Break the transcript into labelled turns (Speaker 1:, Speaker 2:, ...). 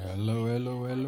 Speaker 1: Hello, hello, hello.